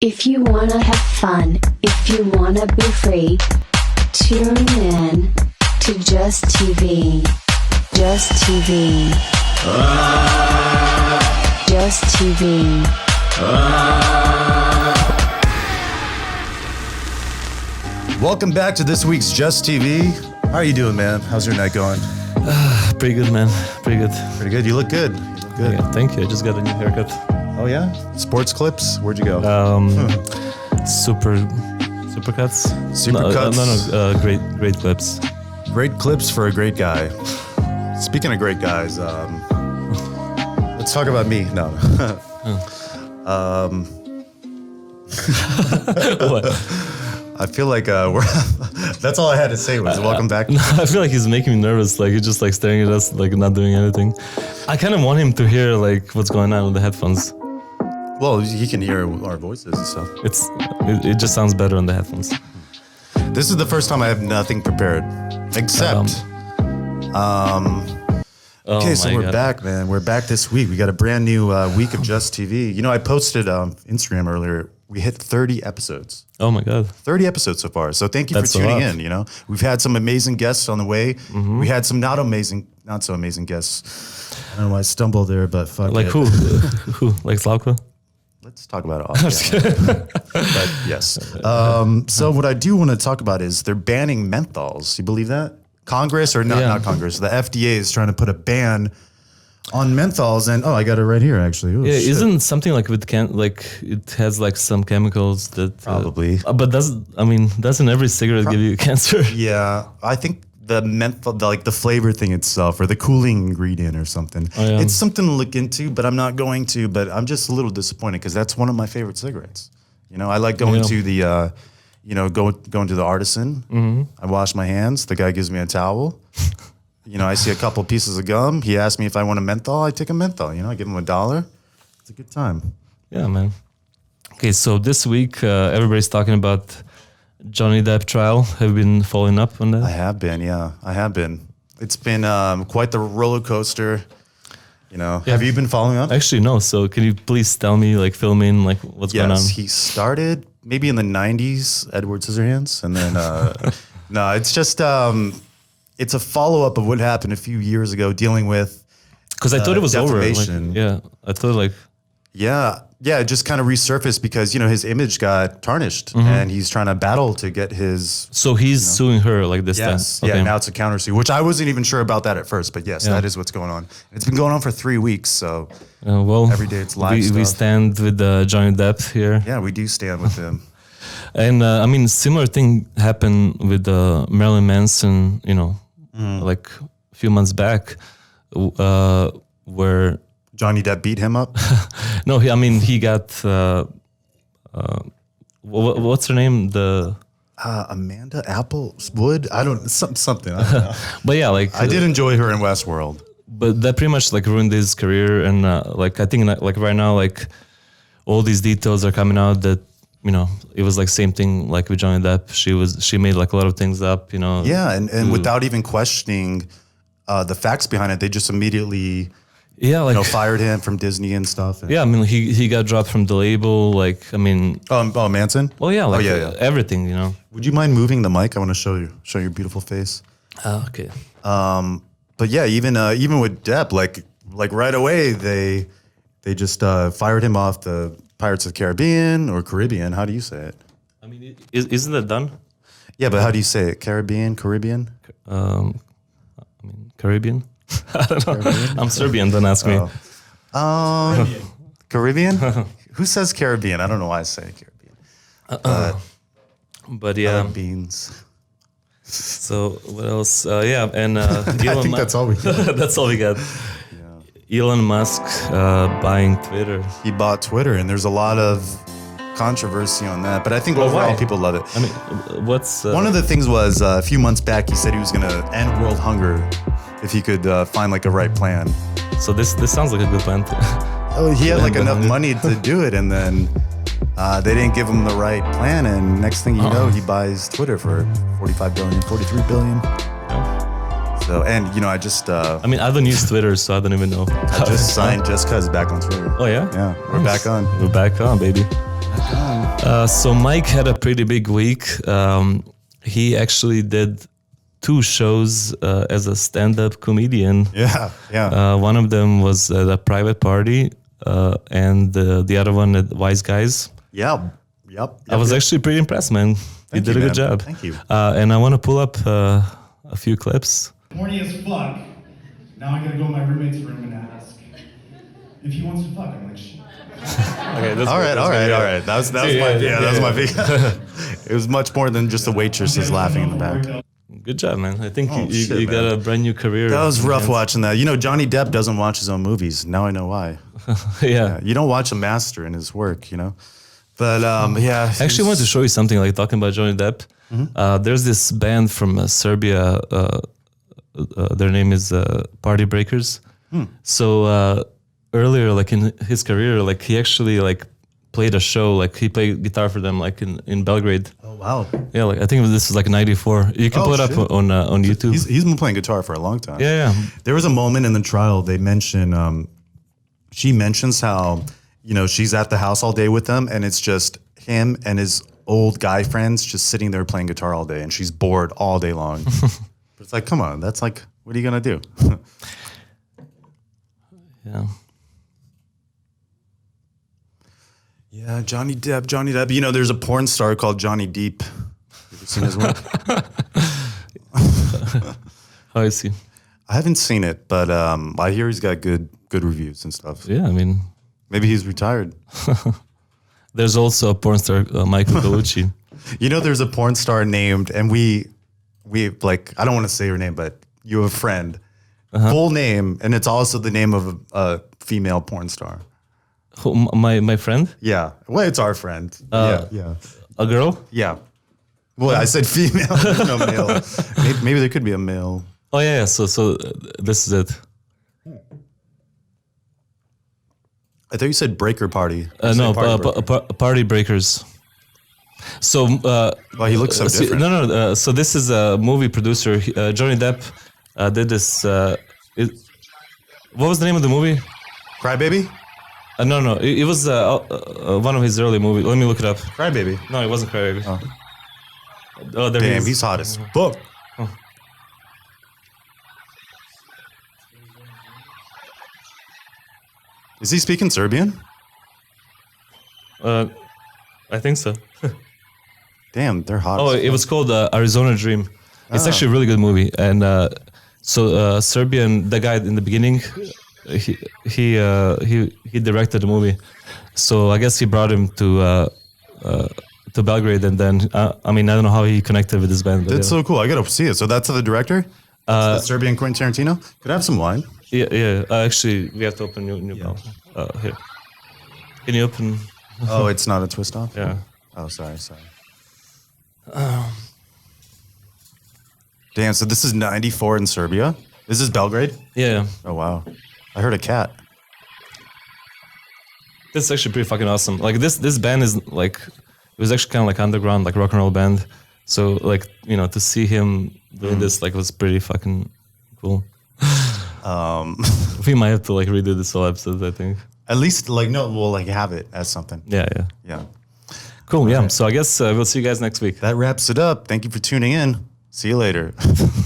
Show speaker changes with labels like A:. A: If you wanna have fun, if you wanna be free, tune in to Just TV. Just TV. Just TV.
B: Welcome back to this week's Just TV. How are you doing, man? How's your night going?
C: Pretty good, man. Pretty good.
B: Pretty good. You look good. You look good.
C: Yeah, thank you. I just got a new haircut.
B: Oh yeah. Sports clips. Where'd you go?
C: Um, super, super cuts.
B: Super
C: no,
B: cuts.
C: Uh, no, no, uh, great, great clips.
B: great clips for a great guy. Speaking of great guys, um, let's talk about me. No. Um,
C: What?
B: I feel like uh, we're. that's all I had to say was welcome back.
C: I feel like he's making me nervous. Like he's just like staring at us, like not doing anything. I kind of want him to hear like what's going on with the headphones.
B: Well, he can hear our voices and stuff.
C: It's, it, it just sounds better on the headphones.
B: This is the first time I have nothing prepared, except. um
C: Oh
B: Okay, so
C: my
B: we're
C: God.
B: back, man. We're back this week. We got a brand new uh, week of Just TV. You know, I posted um, Instagram earlier. We hit 30 episodes,
C: Oh my god.
B: 30 episodes so far. So thank you
C: That's
B: for
C: a
B: tuning
C: lot. Mm-hmm.
B: in. You know, we've had some amazing guests on the way. We had some not amazing, not so amazing guests. I don't know why I stumbled there, but fuck
C: Like
B: it.
C: who? who? Like Slavko?
B: Let's talk about it off. camera. but yes. Um, so what I do want to talk about is they're banning menthols. You believe that? Congress or not?
C: Yeah.
B: Not Congress. The FDA is trying to put a ban on menthols, and oh, I got it right here actually. Oh,
C: Yeah,
B: shit.
C: isn't something like with can like it has like some chemicals that uh,
B: Probably.
C: uh, but does I mean doesn't every cigarette give you cancer?
B: Yeah, I think the menthol, the, like the flavor thing itself, or the cooling ingredient, or something.
C: Oh, yeah.
B: It's something to look into, but I'm not going to. But I'm just a little disappointed because that's one of my favorite cigarettes. You know, I like going
C: Yeah.
B: to the, uh, you know, go, going to the artisan.
C: Mm-hmm.
B: I wash my hands. The guy gives me a towel. you know, I see a couple pieces of gum. He asks me if I want a menthol. I take a menthol. You know, I give him a dollar. It's a good time.
C: Yeah, man. Okay, so this week uh, everybody's talking about Johnny Depp trial. Have you been following up on that?
B: I have been, yeah, I have been. It's been um, quite the roller coaster. You know, have you been following up?
C: Actually, no. So can you please tell me, like, fill me in, like, what's going on?
B: Yes, he started maybe in the '90s, Edward Scissorhands, and then uh, no, it's just um, it's a follow up of what happened a few years ago, dealing with
C: Because I thought
B: uh,
C: it was over. like,
B: defamation.
C: yeah, I thought like
B: yeah, yeah, it just kind of resurfaced because you know his image got tarnished, and he's trying to battle to get his
C: so he's suing her like this
B: Yes.
C: time.
B: Yeah. Now it's a counter suit, which I wasn't even sure about that at first, but yes,
C: Yeah.
B: that is what's going on. It's been going on for three weeks, so
C: uh, well,
B: every day it's live
C: We, we
B: stuff.
C: stand with uh, Johnny Depp here.
B: yeah, we do stand with him.
C: And uh, I mean, similar thing happened with uh, Marilyn Manson, you know,
B: Mm.
C: like a few months back, w- uh, where
B: Johnny Depp beat him up.
C: no, he, I mean, he got uh, uh, wha- what's her name? The
B: Uh, Amanda Applewood. I don't some, something. I, don't know.
C: but yeah, like
B: I did enjoy her in Westworld.
C: but that pretty much like ruined his career. And uh, like I think like- like right now, like all these details are coming out that you know it was like same thing like with Johnny Depp. She was she made like a lot of things up, you know.
B: Yeah, and, and without even questioning uh, the facts behind it, they just immediately you
C: yeah, like
B: know fired him from Disney and stuff. And,
C: Yeah, I mean, he he got dropped from the label. Like, I mean,
B: Um, oh, Manson.
C: well, yeah, like
B: oh yeah, yeah.
C: everything, you know.
B: Would you mind moving the mic? I want to show you show your beautiful face.
C: okay.
B: but yeah, even uh, even with Depp, like like right away they they just uh, fired him off the Pirates of the Caribbean or Caribbean. How do you say it?
C: I mean, i- is, isn't that done?
B: Yeah, but how do you say it? Caribbean, Caribbean.
C: Um, I mean, Caribbean. I don't know. I'm Serbian. Don't ask me.
B: Oh. Caribbean. Who says Caribbean? I don't know why I say Caribbean. Um,
C: But yeah.
B: Beans.
C: so what else? Uh, yeah, and uh, Elon
B: I think
C: Mu-
B: that's all we.
C: that's all we got. Elon Musk uh, buying Twitter.
B: He bought Twitter, and there's a lot of controversy on that. But I think overall,
C: why?
B: people love it.
C: I mean, uh, what's uh,
B: One of the things was uh, a few months back, he said he was going to end world hunger if he could uh, find like a right plan.
C: so this this sounds like a good plan.
B: Oh, he had like
C: Yeah,
B: enough
C: but-
B: money to do it, and then uh, they didn't give him the right plan. And next thing you
C: Uh-huh.
B: know, he buys Twitter for 45 billion, 43 billion. So, and you know, I just uh,
C: I mean, I don't use Twitter, so I don't even know.
B: I just signed Just Cuz back on Twitter.
C: Oh yeah.
B: Yeah, we're back
C: Nice.
B: on.
C: We're back on, baby. Uh, so Mike had a pretty big week. Um, he actually did two shows uh, as a stand-up comedian.
B: Yeah, yeah.
C: Uh, one of them was at a private party, uh, and uh, the other one at Wise Guys.
B: Yep. Yep.
C: I was actually pretty impressed, man.
B: Thank
C: you did
B: you,
C: a good
B: man.
C: job.
B: Thank you.
C: Uh, and I want to pull up uh, a few clips.
D: Horny as fuck. Now I gotta go in my roommate's room and ask if he wants to fuck. I'm like, shit.
C: Okay, that's
B: all right, all right, all right. That was that was
C: Yeah,
B: my
C: yeah,
B: yeah, that was
C: yeah.
B: my big. it was much more than just the waitresses laughing in the back.
C: Good job, man. I think
B: Oh,
C: you, you,
B: shit,
C: you got
B: man.
C: a brand new career.
B: That was rough watching that. You know, Johnny Depp doesn't watch his own movies. Now I know why.
C: yeah.
B: You don't watch a master in his work, you know. But um, yeah,
C: I actually want to show you something like talking about Johnny Depp.
B: Mm-hmm.
C: Uh, there's this band from uh, Serbia. Uh, uh, their name is uh, Party Breakers.
B: Hmm.
C: So uh, earlier, like in his career, like he actually like played a show. Like he played guitar for them, like in, in Belgrade.
B: Oh wow,
C: Yeah, like I think this was like '94. You can
B: Oh,
C: pull it up
B: shit.
C: on uh, on YouTube.
B: he's he's been playing guitar for a long time.
C: yeah, yeah.
B: There was a moment in the trial they mention um, she mentions how you know she's at the house all day with them, and it's just him and his old guy friends just sitting there playing guitar all day, and she's bored all day long. But it's like, come on, that's like, what are you gonna do?
C: yeah.
B: yeah, Johnny Depp, Johnny Depp. You know, there's a porn star called Johnny Deep. You ever seen his work?
C: Oh, I see.
B: I haven't seen it, but um, I hear he's got good good reviews and stuff.
C: Yeah, I mean,
B: Maybe he's retired.
C: there's also a porn star, uh, Michael Bellucci.
B: You know, there's a porn star named, and we, we like, I don't want to say her name, but you have a friend,
C: Uh-huh.
B: full name, and it's also the name of a, a female porn star.
C: Who, m- my my friend,
B: Yeah. Well, it's our friend.
C: Oh.
B: yeah. Yeah.
C: a girl.
B: Yeah. Well, I said female, there's no male. Maybe, maybe there could be a male.
C: Oh yeah, yeah. So so uh, this is it.
B: I thought you said breaker party.
C: Uh,
B: You said
C: no,
B: party
C: uh,
B: breaker.
C: pa- pa- party breakers. So, uh,
B: Well, he looks so
C: see-
B: different.
C: no, no. Uh, so this is a movie producer, he- uh, Johnny Depp, uh, did this. Uh, it, what was the name of the movie?
B: Crybaby?
C: Uh, no, no. It, it was uh, uh, uh, one of his early movies. Let me look it up.
B: Crybaby.
C: No, it wasn't Crybaby. Oh, there he
B: Damn,
C: is.
B: he's hot as fuck. Is he speaking Serbian?
C: Uh, I think so.
B: Damn, they're hot.
C: Oh,
B: as
C: it was called uh, Arizona Dream. It's actually a really good movie. And uh, so uh, Serbian, the guy in the beginning, he he uh, he he directed the movie. So I guess he brought him to uh, uh, to Belgrade, and then uh, I mean I don't know how he connected with this band. But
B: That's
C: yeah.
B: so cool. I gotta see it. So that's the director, uh, the Serbian Quentin Tarantino. Could I have some wine?
C: yeah, yeah. Uh, actually, we have to open new new yeah. uh, here. Can you open?
B: Oh, it's not a twist off.
C: Yeah. Um.
B: Oh, sorry, sorry. Damn. So this is '94 in Serbia. Is this Belgrade?
C: Yeah,
B: Oh wow. I heard a cat.
C: this is actually pretty fucking awesome. Like this this band is like it was actually kind of like underground, like rock and roll band. So like you know to see him doing this like was pretty fucking cool.
B: Um,
C: We might have to like redo this whole episode. I think.
B: at least like no, we'll like have it as something.
C: Yeah, yeah.
B: Yeah.
C: Cool. Yeah. So I guess uh, we'll see you guys next week.
B: That wraps it up. Thank you for tuning in. See you later.